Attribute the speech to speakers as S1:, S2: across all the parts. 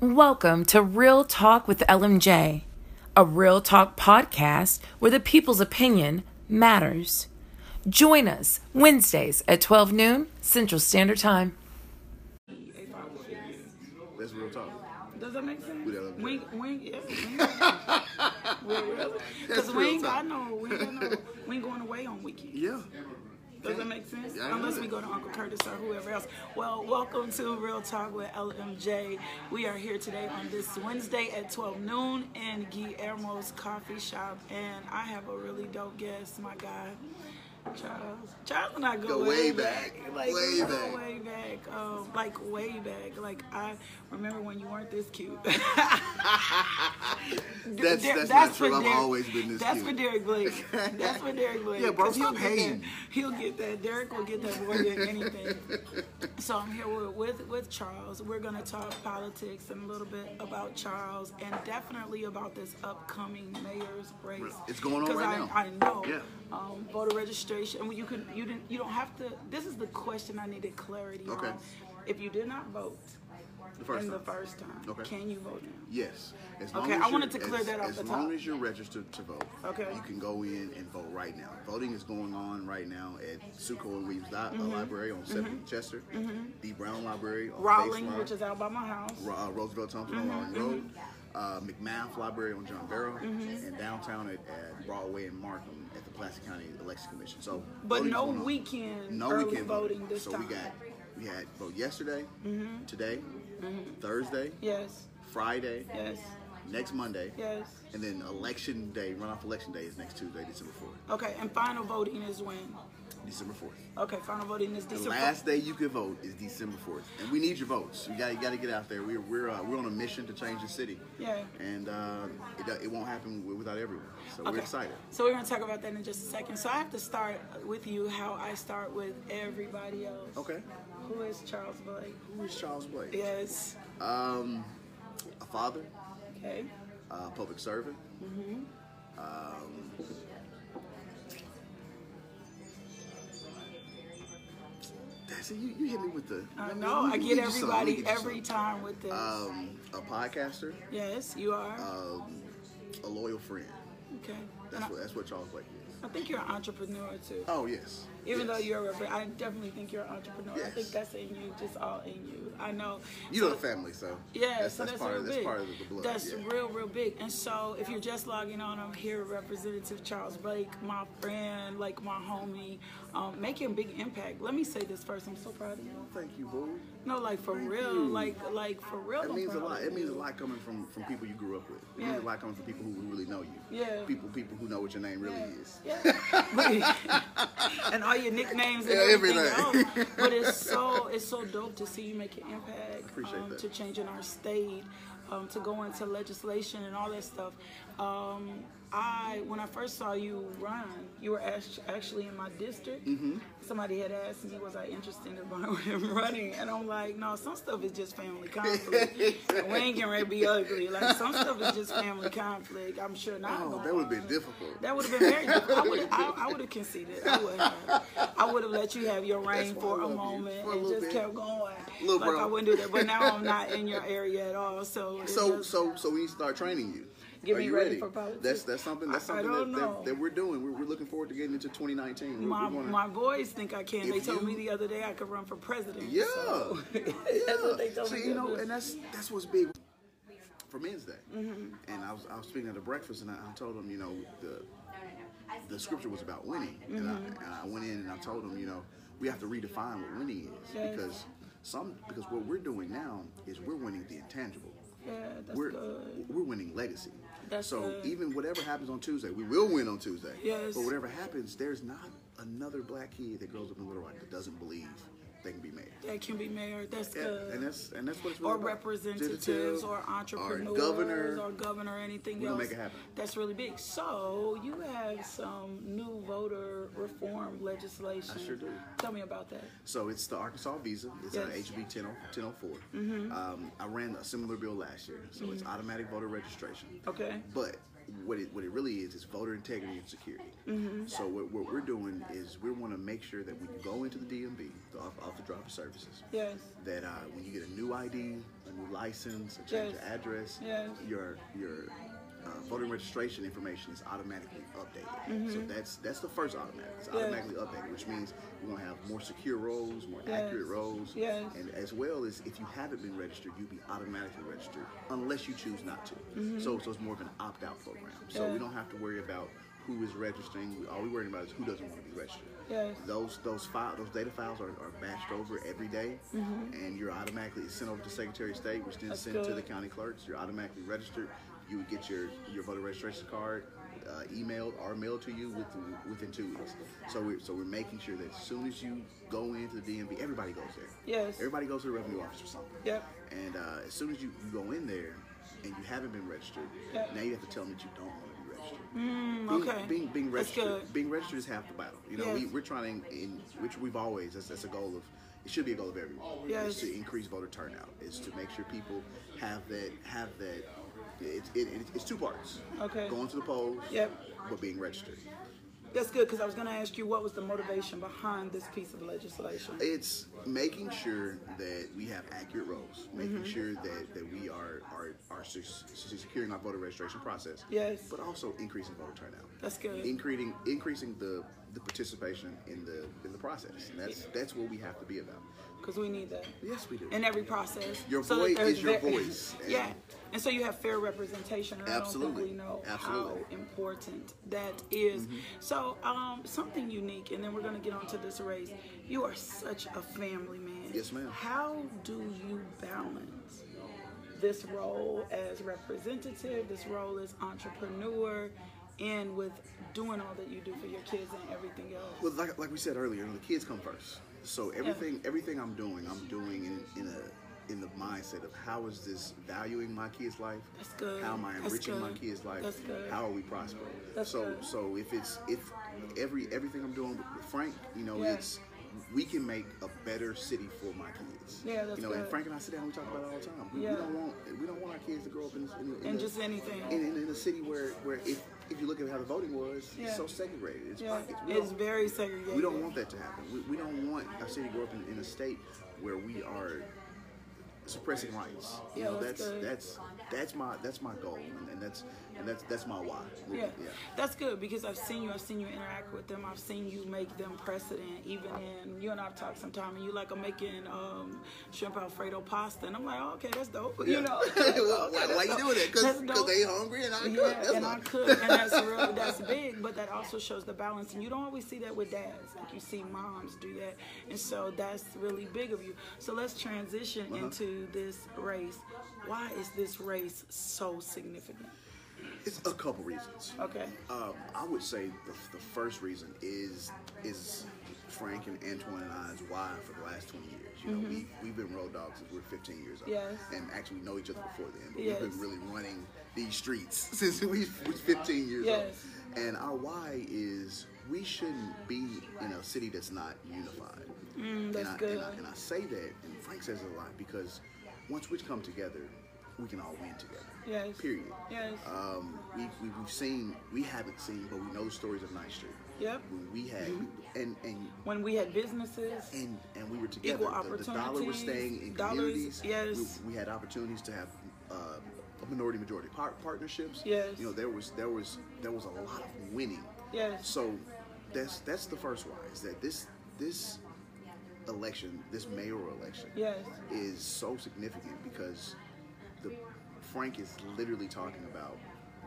S1: Welcome to Real Talk with LMJ, a Real Talk podcast where the people's opinion matters. Join us Wednesdays at 12 noon Central Standard Time.
S2: That's real talk.
S3: Does that make sense?
S2: that up there.
S3: Wing, wing, yeah. Because
S2: That's
S3: we
S2: real
S3: ain't
S2: talk.
S3: got no, we ain't got no, we ain't going away on weekends.
S2: Yeah.
S3: Does that make sense?
S2: I know
S3: Unless
S2: that.
S3: we go to Uncle Curtis or whoever else. Well, welcome to Real Talk with LMJ. We are here today on this Wednesday at 12 noon in Guillermo's Coffee Shop, and I have a really dope guest, my guy. Charles, Charles and I go,
S2: Go way
S3: way
S2: back.
S3: like
S2: Way
S3: we go
S2: back.
S3: way back, um, like way back. Like I remember when you weren't this cute.
S2: That's
S3: Der-
S2: that's,
S3: that's
S2: not true.
S3: for
S2: I've
S3: Derek-
S2: always been this
S3: That's
S2: cute.
S3: for Derek Blake. That's for Derek Blake.
S2: Yeah, bro,
S3: 'Cause
S2: he
S3: he'll get that-
S2: hating.
S3: He'll get that. Derek will get that more than anything. So I'm here with, with with Charles. We're gonna talk politics and a little bit about Charles and definitely about this upcoming mayor's race.
S2: It's going on
S3: 'Cause
S2: right
S3: I,
S2: now.
S3: I know.
S2: Yeah.
S3: Um, voter registration. Well, you can you didn't you don't have to. This is the question I needed clarity
S2: Okay.
S3: on. If you did not vote
S2: The first
S3: in the
S2: time.
S3: first time,
S2: Okay.
S3: can you vote now?
S2: Yes. As long
S3: Okay,
S2: as
S3: I
S2: you're-
S3: wanted to clear
S2: as-
S3: that off
S2: As
S3: the
S2: long
S3: top.
S2: as you're registered to vote,
S3: Okay.
S2: you can go in and vote right now. Voting is going on right now at Suco and Weaves Li- uh,
S3: Mm-hmm.
S2: Library on 7th and Chester, the Brown Library on
S3: Rowling,
S2: Baseline,
S3: Mm-hmm. which is out by my house.
S2: Ro- uh, Roosevelt Thompson on Rowling
S3: Mm-hmm,
S2: Road, uh, McMath Library on John Barrow,
S3: Mm-hmm.
S2: and downtown at, at Broadway and Markham at the Plastic County Election Commission. So,
S3: But
S2: voting's
S3: no
S2: going on.
S3: weekend
S2: no
S3: early
S2: weekend
S3: voting this
S2: so
S3: time. Mm-hmm.
S2: we got we had vote yesterday, today, Thursday,
S3: yes,
S2: Friday,
S3: Mm-hmm. yes,
S2: next Monday,
S3: yes.
S2: and then election day, runoff election day is next Tuesday, December fourth.
S3: Okay, and final voting is when?
S2: December fourth.
S3: Okay, final voting is
S2: The
S3: December.
S2: last day you can vote is December fourth, and we need your votes. You got you got to get out there. We're we're uh, we're on a mission to change the city.
S3: Yeah.
S2: And uh, it, do- it won't happen wi- without everyone. So
S3: Okay.
S2: we're excited.
S3: So we're gonna talk about that in just a second. So I have to start with you how I start with everybody else.
S2: Okay.
S3: Who is Charles Blake?
S2: Who is Charles Blake?
S3: Yes.
S2: Um, a father,
S3: Okay.
S2: a public servant.
S3: Mm-hmm.
S2: Um, that's it. You, you hit me with the.
S3: I
S2: let me-
S3: know.
S2: let
S3: I
S2: me
S3: get
S2: get you some, let me get
S3: everybody
S2: you
S3: every
S2: some.
S3: time with this.
S2: Um, a podcaster,
S3: yes, you are.
S2: um, a loyal friend.
S3: okay. And
S2: That's
S3: I,
S2: what that's what Charles Blake is.
S3: I think you're an entrepreneur too.
S2: Oh yes.
S3: Even
S2: Yes.
S3: though you're a rep- I definitely think you're an entrepreneur. I
S2: Yes.
S3: think that's in you, just all in you. I know.
S2: you
S3: So-
S2: know the family, so
S3: Yeah,
S2: that's,
S3: so
S2: that's,
S3: that's,
S2: part
S3: real
S2: of that's
S3: big.
S2: part of the blood.
S3: That's
S2: yeah.
S3: real, real big. And so, if you're just logging on, I'm here, Representative Charles Blake, my friend, like my homie, um, making big impact. Let me say this first. I'm so proud of you.
S2: Thank you, boo.
S3: No, like for
S2: Thank
S3: real,
S2: you.
S3: like like for real.
S2: It
S3: I'm
S2: means a
S3: proud
S2: lot.
S3: of
S2: It means a
S3: you.
S2: lot coming from from people you grew up with. It
S3: Yeah.
S2: means a lot coming from people who really know you.
S3: Yeah.
S2: People people who know what your name really is.
S3: Yeah. Yeah. and all your nicknames and
S2: Yeah,
S3: everything
S2: everything.
S3: else. But it's so it's so dope to see you make an impact
S2: Appreciate
S3: um,
S2: that.
S3: to changing our state, um, to go into legislation and all that stuff. Um, I when I first saw you run, you were act- actually in my district.
S2: Mm-hmm.
S3: Somebody had asked me, was I interested in run- running? And I'm like, no, some stuff is just family conflict. we ain't getting ready to be ugly. Like some stuff is just family conflict. I'm sure not.
S2: Oh,
S3: gonna
S2: that would have
S3: run.
S2: been difficult.
S3: That would have been very difficult. I would I, I would have conceded. I would have. I would have let you have your reign
S2: why I
S3: for a
S2: love you.
S3: moment
S2: For a
S3: and
S2: little
S3: just
S2: bit.
S3: kept going.
S2: Little
S3: like
S2: bro.
S3: I wouldn't do that. But now I'm not in your area at all. So it's
S2: So
S3: just-
S2: so so we need to start training you.
S3: Get
S2: Are
S3: me
S2: you
S3: ready for politics.
S2: That's that's something that's
S3: I- I
S2: something
S3: don't
S2: that,
S3: know.
S2: that, that we're doing. We're, we're looking forward to getting into 2019. We're,
S3: my
S2: we're gonna-
S3: my boys think I can. They
S2: If
S3: told
S2: you-
S3: me the other day I could run for president.
S2: Yeah.
S3: So.
S2: yeah.
S3: that's what they told
S2: so,
S3: me.
S2: you know, and that's that's what's big for Men's Day.
S3: Mm-hmm.
S2: And I was I was speaking at a breakfast, and I, I told them, you know, the the scripture was about winning, and, I,
S3: Mm-hmm.
S2: and I went in and I told them, you know, we have to redefine what winning is
S3: Yes.
S2: because some because what we're doing now is we're winning the intangible.
S3: yeah, that's
S2: We're,
S3: good.
S2: we're winning legacy.
S3: That's
S2: so
S3: good.
S2: even whatever happens on Tuesday, we will win on Tuesday.
S3: Yes.
S2: But whatever happens, there's not another black kid that grows up in Little Rock that doesn't believe they can be made.
S3: That can be mayor. That's
S2: Yeah,
S3: good.
S2: and that's and that's what it's really
S3: or
S2: about.
S3: representatives or entrepreneurs or governor
S2: governor.
S3: or anything
S2: We're
S3: else
S2: gonna make it happen.
S3: that's really big so you have some new voter reform legislation
S2: I sure do.
S3: tell me about that
S2: So it's the Arkansas visa. It's an
S3: Yes. Mm-hmm.
S2: HB 10, 1004. Um, I ran a similar bill last year, so it's automatic voter registration.
S3: okay
S2: But what it what it really is is voter integrity and security.
S3: Mm-hmm.
S2: So what, what we're doing is we want to make sure that when you go into the DMV, the off, off the drop of services,
S3: Yes.
S2: that uh, when you get a new ID, a new license, a change
S3: Yes.
S2: of address,
S3: Yes.
S2: your your uh, voter registration information is automatically updated.
S3: Mm-hmm.
S2: So that's that's the first automatic. It's automatically updated, which means you're gonna have more secure rolls, more accurate
S3: Yes.
S2: rolls,
S3: Yes.
S2: and as well as if you haven't been registered, you'll be automatically registered unless you choose not to.
S3: Mm-hmm.
S2: So so it's more of an opt-out program. So we
S3: Yeah.
S2: don't have to worry about who is registering. We- All we're worrying about is who doesn't want to be registered.
S3: Yes.
S2: Those those file those data files are, are batched over every day, and you're automatically sent over to Secretary of State, which then
S3: Mm-hmm. That's
S2: sent to the
S3: good.
S2: county clerks. You're automatically registered. You would get your your voter registration card. Uh, emailed or mailed to you within, within two weeks. So we're so we're making sure that as soon as you go into the DMV, everybody goes there.
S3: Yes.
S2: Everybody goes to the revenue office or something.
S3: Yep.
S2: And uh, as soon as you, you go in there and you haven't been registered,
S3: Yep.
S2: now you have to tell them that you don't want to be registered. being,
S3: Mm, okay.
S2: being, being
S3: That's
S2: registered,
S3: good.
S2: being registered is half the battle. You know, we,
S3: Yes.
S2: we're trying, in, which we've always that's, that's a goal of. It should be a goal of everyone. Is
S3: Yes.
S2: to increase voter turnout. Is to make sure people have that have that. It, it, it, it's two parts.
S3: Okay.
S2: Going to the polls.
S3: Yep.
S2: But being registered.
S3: That's good because I was going to ask you what was the motivation behind this piece of legislation.
S2: It's making sure that we have accurate roles, making
S3: Mm-hmm.
S2: sure that, that we are are, are se- se- securing our voter registration process.
S3: Yes.
S2: But also increasing voter turnout.
S3: That's good.
S2: Increasing increasing the, the participation in the in the process. And that's that's what we have to be about.
S3: Because we need that
S2: Yes, we do.
S3: in every process.
S2: Your
S3: that
S2: voice
S3: there's
S2: is your
S3: ver-
S2: voice, and-
S3: yeah. And so you have fair representation. and I don't think
S2: Absolutely.
S3: we know
S2: Absolutely. Mm-hmm.
S3: how important that is. So um, something unique, and then we're going to get on to this race. You are such a family man.
S2: Yes, ma'am.
S3: How do you balance this role as representative, this role as entrepreneur, and with doing all that you do for your kids and everything else?
S2: Well, like, like we said earlier, you know, the kids come first. So everything everything I'm doing, I'm doing in, in a in the mindset of how is this valuing my kids' life?
S3: That's good.
S2: How am I
S3: That's
S2: enriching my
S3: good.
S2: kids' life?
S3: That's good.
S2: How are we prospering?
S3: That's
S2: so
S3: good.
S2: so if it's if every everything I'm doing with Frank, you know,
S3: Yeah.
S2: it's we can make a better city for my kids.
S3: Yeah, that's
S2: You know, and
S3: good.
S2: Frank and I sit down, we talk about it all the time. We, we
S3: Yeah.
S2: don't want we don't want our kids to grow up in, this- in, in
S3: And
S2: the-
S3: just anything.
S2: in, in, in a city where where if if you look at how the voting was,
S3: Yeah.
S2: it's so segregated. It's
S3: Yeah,
S2: pockets. We
S3: it's
S2: don't-
S3: very segregated.
S2: we don't want that to happen. We, we don't want our city to grow up in, in a state where we are suppressing rights. You
S3: Yeah,
S2: know,
S3: that's
S2: that's
S3: good.
S2: that's that's my that's my goal, and, and that's and that's that's my why.
S3: Yeah. that's good because I've seen you. I've seen you interact with them. I've seen you make them precedent. Even in you and I've talked sometime, and you like I'm making um, shrimp alfredo pasta, and I'm like, oh, okay, that's dope.
S2: Yeah.
S3: You know,
S2: Well, why, why you doing that?
S3: That's
S2: Because
S3: dope.
S2: they hungry and I cook.
S3: yeah,
S2: That's
S3: and I
S2: not-
S3: cook, and that's real. That's big, but that also shows the balance, and you don't always see that with dads. Like you see moms do that, and so that's really big of you. So let's transition
S2: Uh-huh.
S3: into this race. Why is this race so significant?
S2: It's a couple reasons.
S3: Okay.
S2: Um, I would say the, the first reason is is Frank and Antoine and I's why for the last 20 years. You know, we, we've been road dogs since we were 15 years old.
S3: Mm-hmm. Yes.
S2: And actually know each other before then, but we've
S3: Yes.
S2: been really running these streets since we was 15 years
S3: Yes.
S2: old. And our why is we shouldn't be in a city that's not unified.
S3: Mm, that's
S2: and, I,
S3: good.
S2: And, I, and I say that, and Frank says it a lot, because once we come together, we can all win together.
S3: Yes.
S2: Period.
S3: Yes.
S2: Um, we, we, we've seen, we haven't seen, but we know the stories of Ninth Street.
S3: Yep. Mm-hmm.
S2: When we had, and, and,
S3: When we had businesses.
S2: and, and we were together.
S3: Equal
S2: the, the dollar was
S3: opportunities,
S2: staying in
S3: dollars,
S2: communities.
S3: yes.
S2: We, we had opportunities to have uh, minority majority par- partnerships.
S3: Yes.
S2: You know, there was, there was, there was a lot of winning.
S3: Yes.
S2: So that's, that's the first why is that this, this election, this mayoral election,
S3: Yes.
S2: is so significant because the Frank is literally talking about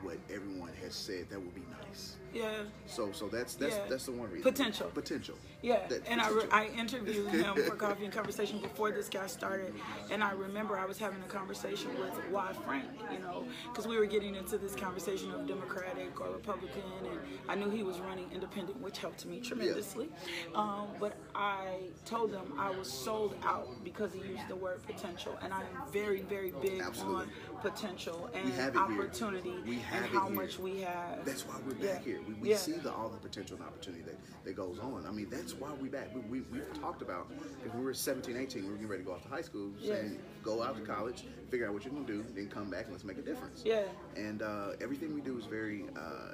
S2: what everyone has said that would be nice.
S3: Yeah.
S2: So so that's that's
S3: Yeah.
S2: that's the one reason.
S3: Potential.
S2: Potential.
S3: Yeah,
S2: That
S3: and I, re-
S2: potential.
S3: I interviewed him for Coffee and Conversation before this guy started, and I remember I was having a conversation with Y Frank, you know, because we were getting into this conversation of Democratic or Republican, and I knew he was running independent, which helped me tremendously. Um, but I told him I was sold out because he used the word potential, and I am very, very big
S2: Absolutely.
S3: on potential and
S2: have it here.
S3: opportunity
S2: We have
S3: and
S2: it
S3: how
S2: here.
S3: much we have.
S2: That's why we're
S3: Yeah.
S2: back here. We, we
S3: Yeah.
S2: see the all the potential and opportunity that, that goes on. I mean, that's why we back. We, we, we've talked about if we were 17, 18, we were getting ready to go off to high school,
S3: Yeah.
S2: saying go out to college, figure out what you're going to do, then come back and let's make a difference.
S3: Yeah.
S2: And uh, everything we do is very uh,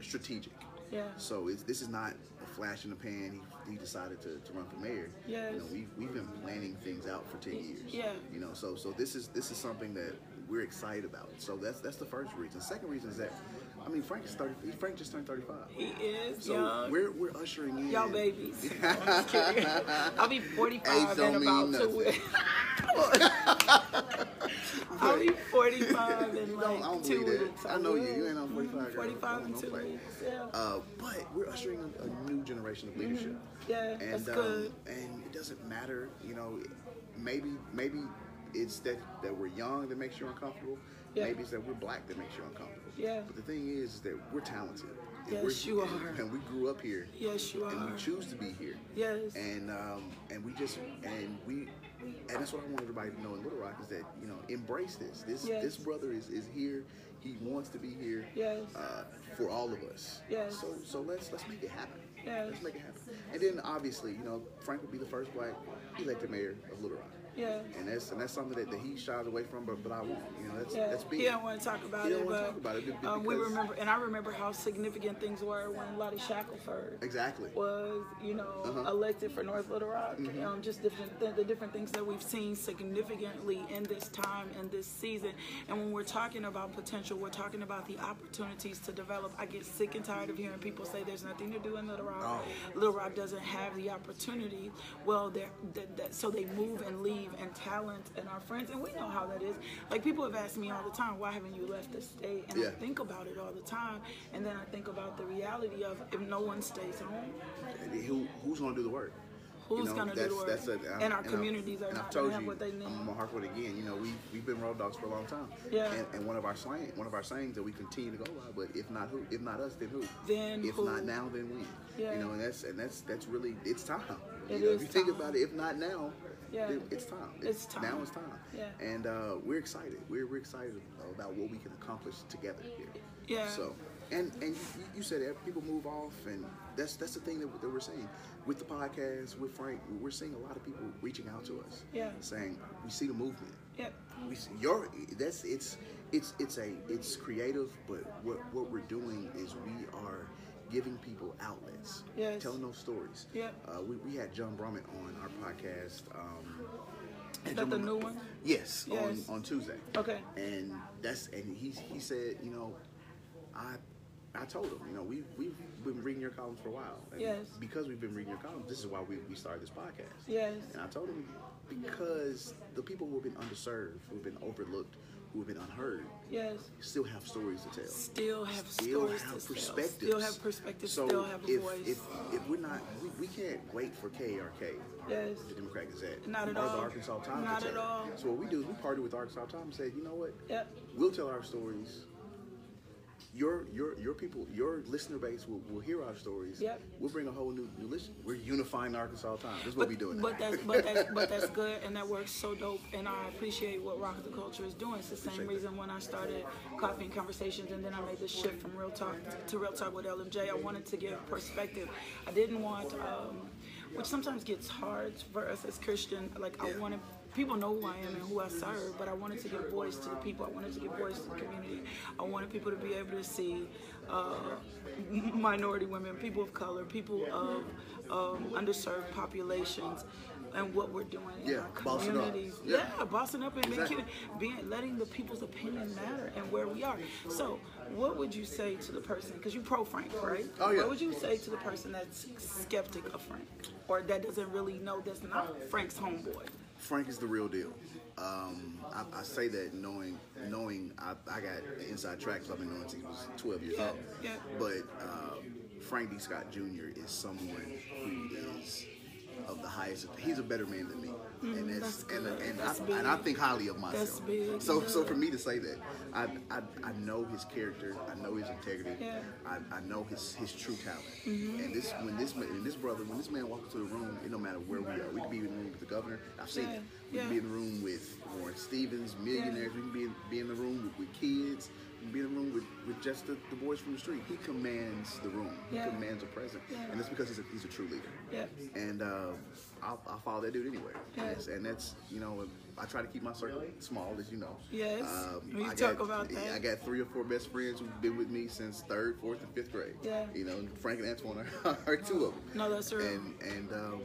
S2: strategic.
S3: Yeah.
S2: So it's, this is not a flash in the pan. He, he decided to, to run for mayor.
S3: Yes.
S2: You know, we've, we've been planning things out for 10 years.
S3: Yeah.
S2: You know, so so this is this is something that we're excited about. So that's that's the first reason. Second reason is that, I mean, Frank is 30. Frank just turned 35.
S3: He is
S2: So
S3: young.
S2: we're we're ushering in
S3: Y'all babies. I'm just kidding. I'll be 45
S2: Age don't
S3: in about
S2: mean
S3: two
S2: nothing.
S3: weeks. I'll be 45 in
S2: No, I
S3: like
S2: don't
S3: two
S2: believe that.
S3: weeks.
S2: I know you. You
S3: will.
S2: ain't on 45. girl.
S3: 45 in
S2: Don't
S3: two
S2: play.
S3: weeks. Yeah. Mm-hmm.
S2: Uh, but we're ushering a, a new generation of leadership.
S3: Yeah,
S2: and um,
S3: that's good.
S2: and it doesn't matter, you know. Maybe maybe it's that that we're young that makes you uncomfortable.
S3: Yeah.
S2: Maybe it's that we're black that makes you uncomfortable.
S3: Yeah.
S2: But the thing is that we're talented. And
S3: Yes,
S2: we're,
S3: you
S2: and-
S3: are.
S2: And we grew up here.
S3: Yes, you
S2: And
S3: are.
S2: we choose to be here.
S3: Yes.
S2: And um and we just and we and that's what I want everybody to know in Little Rock is that you know embrace this. This
S3: Yes.
S2: this brother is is here. He wants to be here
S3: Yes.
S2: uh, for all of us.
S3: Yes.
S2: So so let's let's make it happen.
S3: Yes.
S2: Let's make it happen. And then obviously, you know, Frank would be the first black elected mayor of Little Rock.
S3: Yeah.
S2: And that's and that's something that, that he shies away from, but but I want you know that's
S3: Yeah.
S2: that's big.
S3: He don't want to talk about
S2: He
S3: it,
S2: don't wanna
S3: but
S2: talk about it be-
S3: um, we
S2: because-
S3: remember, and I remember how significant things were when Lottie Shackelford
S2: Exactly.
S3: was, you know, elected for North Little Rock. Um, just different th- the different things that we've seen significantly in this time and this season. And when we're talking about potential, we're talking about the opportunities to develop. I get sick and tired of hearing people say there's nothing to do in Little Rock. Little Rock doesn't have the opportunity. Well, they're, that that- so they move and leave, and talent and our friends, and we know how that is. Like people have asked me all the time, why haven't you left the state? And I
S2: Yeah.
S3: think about it all the time, and then I think about the reality of if no one stays home,
S2: Who, who's going to do the work?
S3: Who's gonna do the
S2: that's-
S3: work?
S2: That's a,
S3: And our
S2: I-
S3: communities are
S2: and I've
S3: not gonna
S2: told
S3: have
S2: you,
S3: what they need.
S2: I'm gonna harp on it again. You know, we we've been road dogs for a long time.
S3: Yeah.
S2: And, and one of our slang, one of our sayings that we continue to go by, but if not who, if not us, then who?
S3: Then
S2: if
S3: who?
S2: not now, then when?
S3: Yeah.
S2: You know, and that's and that's that's really it's time.
S3: It
S2: you know,
S3: is
S2: if you think
S3: time.
S2: about it, if not now,
S3: Yeah.
S2: then it's time.
S3: It's time.
S2: Now it's time.
S3: Yeah.
S2: And uh, we're excited. We're we're excited about what we can accomplish together here.
S3: Yeah.
S2: So. And, and you, you said that people move off, and that's that's the thing that, that we're seeing with the podcast, with Frank. We're seeing a lot of people reaching out to us,
S3: Yeah.
S2: saying we see the movement.
S3: Yep.
S2: We see your that's it's it's it's a it's creative, but what what we're doing is we are giving people outlets,
S3: Yes.
S2: telling those stories.
S3: Yep.
S2: Uh, we, we had John Brumman on our podcast. Um,
S3: Is that the new one?
S2: Yes,
S3: Yes.
S2: on on Tuesday.
S3: Okay.
S2: And that's and he he said, you know, I I told him, you know, we we've been reading your columns for a while. And
S3: Yes.
S2: Because we've been reading your columns, this is why we, we started this podcast.
S3: Yes.
S2: And I told him because the people who have been underserved, who've been overlooked, who have been unheard,
S3: Yes.
S2: still have stories to tell
S3: Still have
S2: still
S3: stories
S2: have
S3: to tell.
S2: perspectives.
S3: Still have perspectives.
S2: So
S3: still have a
S2: if,
S3: voice.
S2: If, if we're not, we, we can't wait for KRK,
S3: Yes.
S2: the Democrat Gazette,
S3: Not at
S2: or
S3: all.
S2: the Arkansas Times.
S3: Not
S2: to
S3: at
S2: tell.
S3: all.
S2: So what we do is we partner with Arkansas Times and say, you know what?
S3: Yep.
S2: We'll tell our stories. Your your your people, your listener base will, will hear our stories.
S3: Yep.
S2: We'll bring a whole new, new listen. We're unifying the Arkansas Times. That's what we're doing.
S3: But
S2: now.
S3: that's but that's but that's good, and that works so dope. And I appreciate what Rock of the Culture is doing. It's the same
S2: Appreciate that.
S3: reason when I started Coffee and Conversations, and then I made the shift from Real Talk to Real Talk with LMJ. I wanted to give perspective. I didn't want, um, which sometimes gets hard for us as Christian. Like I wanted. People know who I am and who I serve, but I wanted to give voice to the people. I wanted to give voice to the community. I wanted people to be able to see uh, minority women, people of color, people of um, underserved populations, and what we're doing in
S2: Yeah,
S3: our
S2: bossing up.
S3: communities.
S2: Yeah.
S3: Yeah, bossing up and being
S2: Exactly.
S3: commu- being letting the people's opinion matter and where we are. So, what would you say to the person? Because you pro Frank, right?
S2: Oh, yeah.
S3: What would you say to the person that's skeptic of Frank, or that doesn't really know that's not Frank's homeboy?
S2: Frank is the real deal. Um, I, I say that knowing knowing I, I got the inside track 'cause I've been knowing since I was 12 years
S3: Yeah,
S2: old.
S3: yeah.
S2: But uh, Frank D. Scott Jr. is someone who is of the highest. He's a better man than me, and that's,
S3: Mm, that's
S2: and,
S3: good.
S2: and,
S3: That's
S2: I,
S3: big.
S2: and I think highly of myself.
S3: That's big,
S2: So
S3: yeah.
S2: so for me to say that, I I, I know his character. I know his integrity.
S3: Yeah. Mm-hmm.
S2: I, I know his his true talent. And this when this man and this brother when this man walks into the room, it no matter where we are, we could be in the room with the governor. I've seen it.
S3: Yeah,
S2: We
S3: yeah.
S2: can be in the room with Warren Stevens, millionaires. We can be, be in the room with, with kids. be in a room with, with just the, the boys from the street. He commands the room. He
S3: Yeah.
S2: commands a presence,
S3: Yeah.
S2: and it's because he's a, he's a true leader.
S3: Yeah.
S2: And uh, I'll, I'll follow that dude anywhere.
S3: Yeah.
S2: And, that's, and that's you know I try to keep my circle small, as you know. Um,
S3: Yes. We
S2: I
S3: talk
S2: got,
S3: about that.
S2: I got three or four best friends who've been with me since third, fourth, and fifth grade.
S3: Yeah.
S2: You know, Frank and Antoine are, are two of them
S3: No, that's real.
S2: and and um,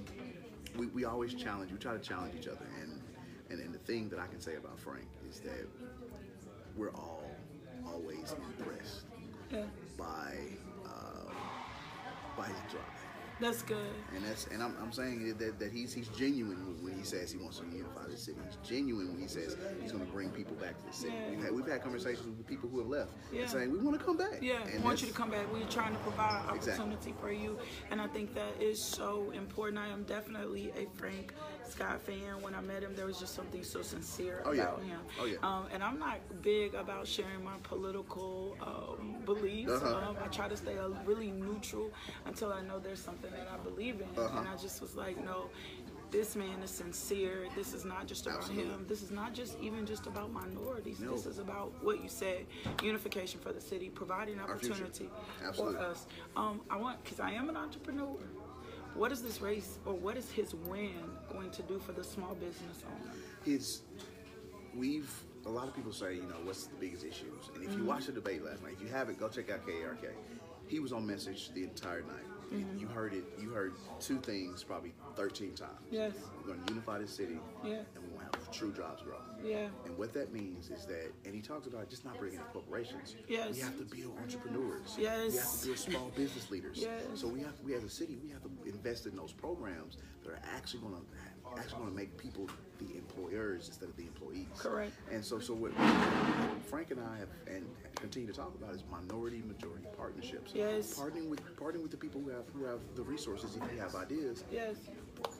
S2: we, we always challenge. We try to challenge each other. And, and and the thing that I can say about Frank is that we're all always impressed
S3: yeah.
S2: by um by his drive.
S3: That's good.
S2: And that's and I'm, I'm saying that, that he's he's genuine when he says he wants to unify the city. He's genuine when he says he's going to bring people back to the city.
S3: Yeah.
S2: We've, had, we've had conversations with people who have left
S3: Yeah.
S2: and saying we want to come back.
S3: Yeah,
S2: and
S3: want
S2: that's-
S3: you to come back. We're trying to provide an
S2: Exactly.
S3: opportunity for you, and I think that is so important. I am definitely a Frank Scott fan. When I met him, there was just something so sincere
S2: Oh, yeah.
S3: about him.
S2: Oh, yeah.
S3: Um, and I'm not big about sharing my political um, beliefs.
S2: Uh-huh.
S3: Um, I try to stay uh, really neutral until I know there's something that I believe in,
S2: Uh-huh.
S3: and I just was like, no. This man is sincere. This is not just about
S2: Absolutely.
S3: him. This is not just even just about minorities.
S2: No.
S3: This is about what you said: unification for the city, providing
S2: Our future.
S3: opportunity for
S2: Absolutely.
S3: us. Um, I want because I am an entrepreneur. What is this race or what is his win going to do for the small business owner?
S2: is we've a lot of people say, you know, what's the biggest issues? And if
S3: Mm-hmm.
S2: you watch the debate last night, if you haven't, go check out KRK. He was on message the entire night. You-
S3: Mm-hmm.
S2: You heard it. You heard two things probably 13 times.
S3: Yes.
S2: We're going to unify the city.
S3: Yeah.
S2: And we're going to have true jobs growth.
S3: Yeah.
S2: And what that means is that, and he talks about just not bringing in corporations.
S3: Yes.
S2: We have to build entrepreneurs. We have
S3: Yes.
S2: to build small business leaders.
S3: Yes.
S2: So we have, we as a city, we have to invest in those programs that are actually going to actually going to make people the employers instead of the employees.
S3: Correct.
S2: And so, so what Frank and I have and continue to talk about is minority majority partnerships.
S3: Yes.
S2: Partnering with partnering with the people who have who have the resources. If you have ideas,
S3: Yes.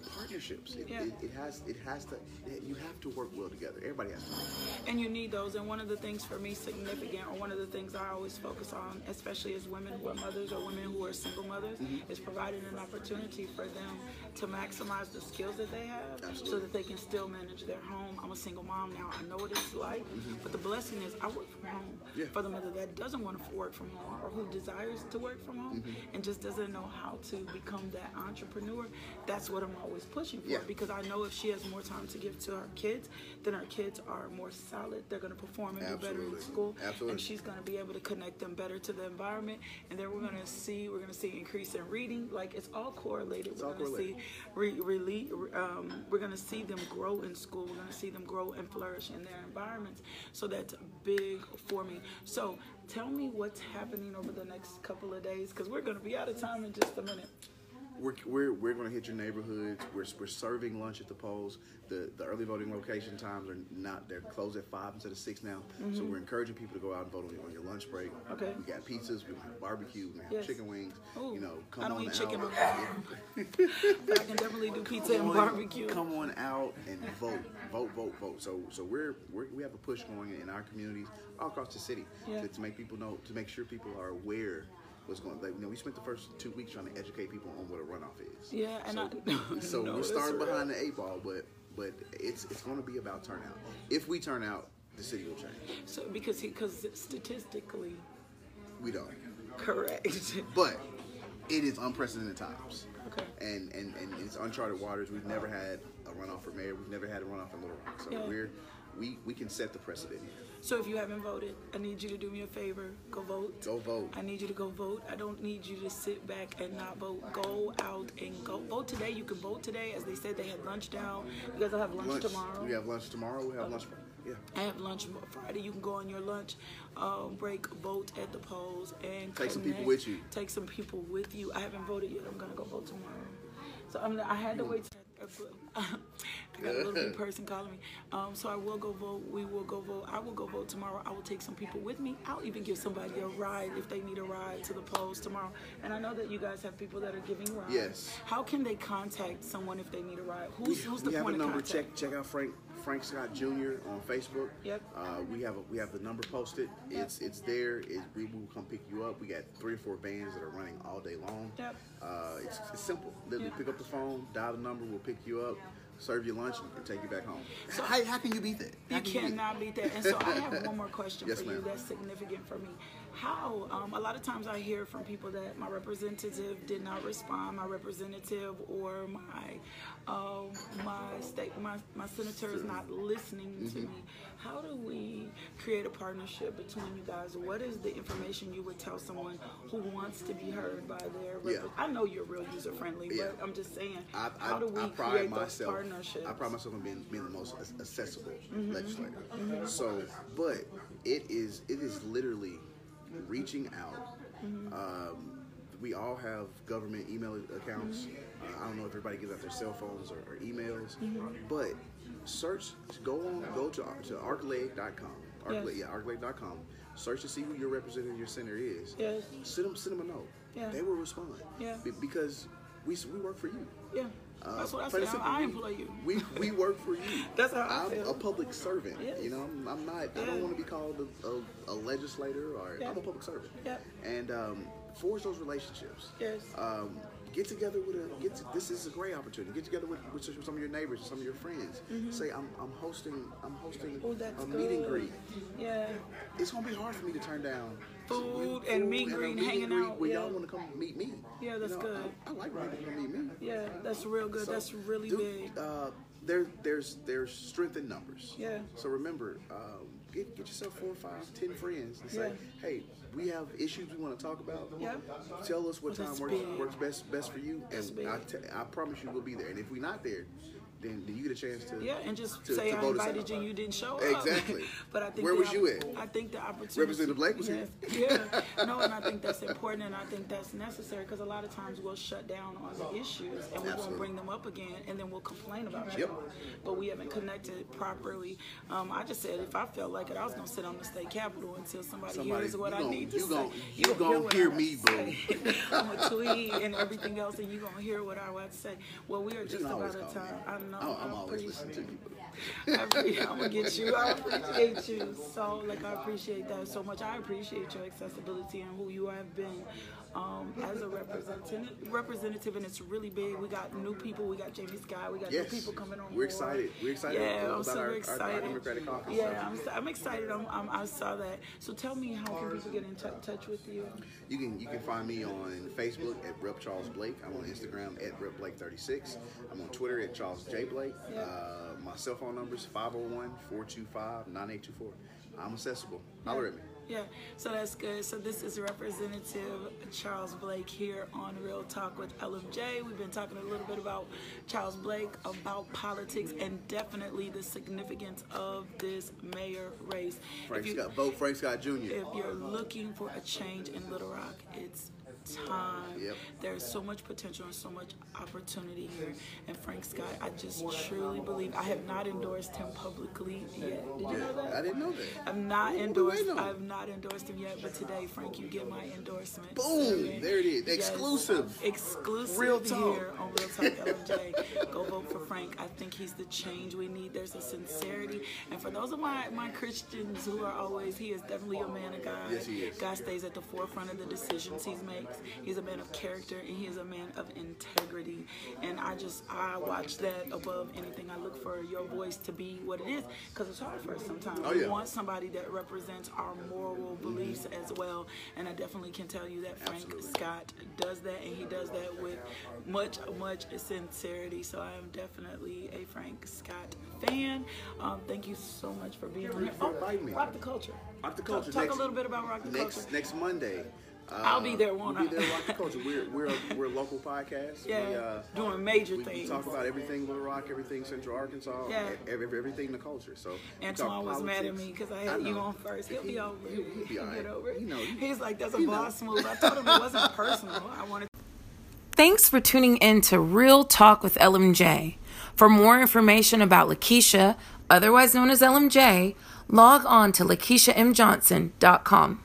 S2: partnerships. It,
S3: Yeah.
S2: it, it has it has to it- you have to work well together. Everybody has to. Work.
S3: and you need those. And one of the things for me significant, or one of the things I always focus on, especially as women who are mothers or women who are single mothers,
S2: Mm-hmm.
S3: is providing an opportunity for them to maximize the skills that they have, so
S2: Absolutely.
S3: that they can still manage their home. I'm a single mom now. I know what it's like, but the blessing is I work from home
S2: Mm-hmm. Yeah.
S3: for the mother that doesn't want to work from home or who desires to work from home
S2: Mm-hmm.
S3: and just doesn't know how to become that entrepreneur. That's what I'm always pushing for
S2: Yeah.
S3: because I know if she has more time to give to her kids, then her kids are more solid. They're going to perform and do better in
S2: Absolutely.
S3: school, and
S2: Absolutely.
S3: she's going to be able to connect them better to the environment. And then we're going to see we're going to see increase in reading. Like it's all correlated. we're
S2: all
S3: going to see
S2: correlated.
S3: re- really um, we're going to see them grow in school. We're going to see them grow and flourish in their environments. So that's big for me. So tell me what's happening over the next couple of days because we're going to be out of time in just a minute.
S2: We're, we're, we're going to hit your neighborhoods. We're, we're serving lunch at the polls. The the early voting location times are not they're closed at five instead of six now. So we're encouraging people to go out and vote on your, on your lunch break.
S3: Mm-hmm. Okay.
S2: We got pizzas. We have barbecue. We have
S3: Yes.
S2: chicken wings.
S3: Ooh,
S2: you know, come
S3: I don't
S2: on
S3: eat
S2: out.
S3: chicken, but-
S2: Yeah.
S3: I can definitely do pizza and
S2: Come on-
S3: barbecue.
S2: Come on out and vote, vote, vote, vote. So, so we're, we're we have a push going in our communities all across the city
S3: Yeah.
S2: to, to make people know, to make sure people are aware what's going. Like, you know, we spent the first two weeks trying to educate people on what a runoff is.
S3: Yeah, and
S2: so,
S3: I-
S2: so
S3: No,
S2: we're
S3: that's
S2: starting
S3: real.
S2: behind the eight ball, but but it's it's going to be about turnout. If we turn out, the city will change.
S3: So because he because statistically
S2: We don't,
S3: correct.
S2: but it is unprecedented times.
S3: Okay.
S2: and, and, and it's uncharted waters. We've never had a runoff for mayor. We've never had a runoff in Little Rock. So
S3: Yeah.
S2: we're we, we can set the precedent here.
S3: So if you haven't voted, I need you to do me a favor. Go vote.
S2: Go vote.
S3: I need you to go vote. I don't need you to sit back and not vote. Go out and go vote today. You can vote today, as they said they had lunch down. You guys will have lunch, tomorrow.
S2: We have lunch tomorrow. We have lunch. Yeah.
S3: I have lunch mo- Friday. You can go on your lunch um, break, vote at the polls, and
S2: Take some people
S3: connect.
S2: with you.
S3: Take some people with you. I haven't voted yet. I'm gonna go vote tomorrow. So I'm. I had to wait. till- I got a little big person calling me. Um, so I will go vote. We will go vote. I will go vote tomorrow. I will take some people with me. I'll even give somebody a ride if they need a ride to the polls tomorrow. And I know that you guys have people that are giving rides.
S2: Yes.
S3: How can they contact someone if they need a ride?
S2: We,
S3: Who's, who's the
S2: we have a
S3: point of
S2: number.
S3: contact?
S2: Check check out Frank Frank Scott Jr. on Facebook.
S3: Yep.
S2: Uh, we have a, we have the number posted. It's it's there. It, we will come pick you up. We got three or four vans that are running all day long.
S3: Yep.
S2: Uh, it's, it's simple. Literally
S3: Yeah.
S2: pick up the phone, dial the number. We'll pick you up. serve your lunch, and take you back home. So how, how can you beat that? How
S3: You
S2: can beat
S3: cannot beat that. And so I have one more question
S2: Yes,
S3: for you
S2: ma'am.
S3: that's significant for me. How, um, a lot of times I hear from people that my representative did not respond, my representative or my, um, my state, my, my senator is not listening
S2: Mm-hmm.
S3: to me. How do we create a partnership between you guys? What is the information you would tell someone who wants to be heard by their
S2: Yeah.
S3: rep- I know you're real user friendly,
S2: Yeah.
S3: but I'm just saying,
S2: I, I,
S3: how do we
S2: I
S3: create
S2: pride myself.
S3: those partnerships? Mm-hmm.
S2: I pride myself on being, being the most ac- accessible legislator. So, but it is it is literally reaching out.
S3: Mm-hmm.
S2: Um, we all have government email accounts.
S3: Mm-hmm.
S2: Uh, I don't know if everybody gives out their cell phones or, or emails, but search. Go on. Go to ar- to arcleg.com. Arcleg,
S3: Yes.
S2: Yeah, arcleg.com. Search to see who your representative, in your senator is.
S3: Yes.
S2: Send them, send them a note.
S3: Yeah.
S2: They will respond.
S3: Yeah.
S2: Be- because we, s- we work for you.
S3: yeah.
S2: Uh,
S3: That's what I
S2: plain
S3: said.
S2: and simple,
S3: I, I
S2: we-
S3: employ you.
S2: We we work for you.
S3: That's how I
S2: I'm
S3: feel.
S2: a public servant.
S3: Yes.
S2: You know, I'm, I'm not. I
S3: Yeah.
S2: don't want to be called a, a, a legislator or
S3: Yeah.
S2: I'm a public servant.
S3: Yeah.
S2: And um, forge those relationships.
S3: Yes.
S2: Um, get together with a. Get to, this is a great opportunity. Get together with, with some of your neighbors, some of your friends. Say I'm, I'm hosting. I'm hosting
S3: Mm-hmm. Oh, that's
S2: a
S3: good.
S2: meet and greet.
S3: Yeah.
S2: It's gonna be hard for me to turn down
S3: Food
S2: food
S3: and meet
S2: a
S3: greet,
S2: meet
S3: hanging
S2: greet
S3: out,
S2: Where
S3: yeah.
S2: y'all want to come meet me?
S3: Yeah, that's
S2: You know,
S3: good.
S2: I, I like when people come meet me.
S3: Yeah, that's real good.
S2: So,
S3: that's really
S2: do-
S3: big.
S2: Uh, there, there's there's strength in numbers.
S3: Yeah.
S2: So remember, um, get get yourself four, five, ten friends and say,
S3: Yeah.
S2: hey, we have issues we want to talk about.
S3: Yeah.
S2: Tell us what
S3: Well,
S2: time
S3: that's
S2: works,
S3: big.
S2: works best best for you,
S3: That's
S2: and I,
S3: big.
S2: t- I promise you we'll be there. And if we're not there, then, then you get a chance to
S3: Yeah, and just
S2: to-
S3: say
S2: to
S3: I
S2: vote us
S3: invited
S2: out.
S3: you, you didn't show up.
S2: Exactly.
S3: but I think
S2: Where
S3: the
S2: was
S3: opp-
S2: you at?
S3: I think the opportunity.
S2: Representative Blake was
S3: yes.
S2: here.
S3: Yeah. No, and I think that's important, and I think that's necessary because a lot of times we'll shut down on the issues and we won't
S2: Absolutely.
S3: bring them up again, and then we'll complain about it.
S2: Yep.
S3: But we haven't connected properly. Um, I just said if I felt like it, I was gonna sit on the state capitol until somebody,
S2: Somebody-
S3: hears what
S2: you
S3: I
S2: gon-
S3: need to
S2: you
S3: say.
S2: gon- you
S3: gon'
S2: gon'
S3: what
S2: hear
S3: I
S2: me,
S3: gotta say. I'm a tweet and everything else, and you gonna hear what I would say. Well, we are
S2: You
S3: just
S2: can always
S3: about
S2: call
S3: out of time. I
S2: me.
S3: know.
S2: I'm,
S3: I
S2: I'm always
S3: appreciate
S2: listening to you.
S3: I appre- I'm gonna get you. I appreciate you so. Like I appreciate that so much. I appreciate your accessibility and who you have been um, as a representative. Representative, and it's really big. We got new people. We got Jamie Scott. We got
S2: Yes.
S3: new people coming on.
S2: We're
S3: board.
S2: excited. We're excited
S3: Yeah, I'm
S2: about
S3: so
S2: our- our- our
S3: excited.
S2: Democratic caucus.
S3: Yeah, I'm, so- I'm excited. I'm, I'm, I saw that. So tell me, how can people get in tou- touch with you?
S2: You can you can find me on Facebook at Rep Charles Blake. I'm on Instagram at Rep Blake 36. I'm on Twitter at Charles J Blake.
S3: Yeah.
S2: Uh, my cell phone number is 501 425 9824. I'm accessible. Holler at me.
S3: Yeah, so that's good. So this is Representative Charles Blake here on Real Talk with LMJ. We've been talking a little bit about Charles Blake, about politics, and definitely the significance of this mayor race.
S2: Frank
S3: if, you,
S2: Scott, vote Frank Scott Jr.
S3: if you're looking for a change in Little Rock, it's time.
S2: Yep.
S3: There's so much potential and so much opportunity here. And Frank Scott, I just truly believe I have not endorsed him publicly yet. Did you know that?
S2: I didn't know that.
S3: I'm not
S2: What we
S3: endorsed.
S2: waiting on?
S3: I've not endorsed him yet, but today, Frank, you get my endorsement.
S2: Boom! There it is.
S3: Yes.
S2: Exclusive.
S3: Exclusive
S2: Real talk.
S3: here on Real Talk LMJ. Go vote for Frank. I think he's the change we need. There's a sincerity. And for those of my, my Christians who are always, he is definitely a man of God.
S2: Yes, he is.
S3: God stays at the forefront of the decisions he makes. He's a man of character and he is a man of integrity. And I just, I watch that above anything. I look for your voice to be what it is because it's hard for us sometimes.
S2: Oh,
S3: We
S2: yeah.
S3: want somebody that represents our moral beliefs as well. And I definitely can tell you that Frank
S2: Absolutely.
S3: Scott does that, and he does that with much, much sincerity. So I am definitely a Frank Scott fan. Um, thank you so much for being here. Oh,
S2: for inviting me.
S3: Rock the culture.
S2: Rock the Culture.
S3: Talk,
S2: Next-
S3: a little bit about rock the
S2: Next
S3: culture.
S2: next Monday. Uh,
S3: I'll be there, won't
S2: we'll
S3: I?
S2: be there, Rock the Culture. We're, we're, a, we're a local podcast.
S3: yeah,
S2: We, uh,
S3: doing major
S2: we,
S3: things.
S2: we talk about everything Little Rock, everything Central Arkansas,
S3: Yeah.
S2: e- ev- ev- everything the culture. So we talk
S3: Antoine was mad at
S2: politics.
S3: me because I
S2: I
S3: had you
S2: know.
S3: on first. He'll be
S2: He-
S3: over. it.
S2: he'll- he'll be
S3: He'll
S2: all
S3: get
S2: right.
S3: over it.
S2: He know.
S3: He's like, "That's a
S2: He know.
S3: boss move." I told him it wasn't personal. I wanted.
S1: Thanks for tuning in to Real Talk with LMJ. For more information about Lakeisha, otherwise known as LMJ, log on to lakeishamjohnson.com.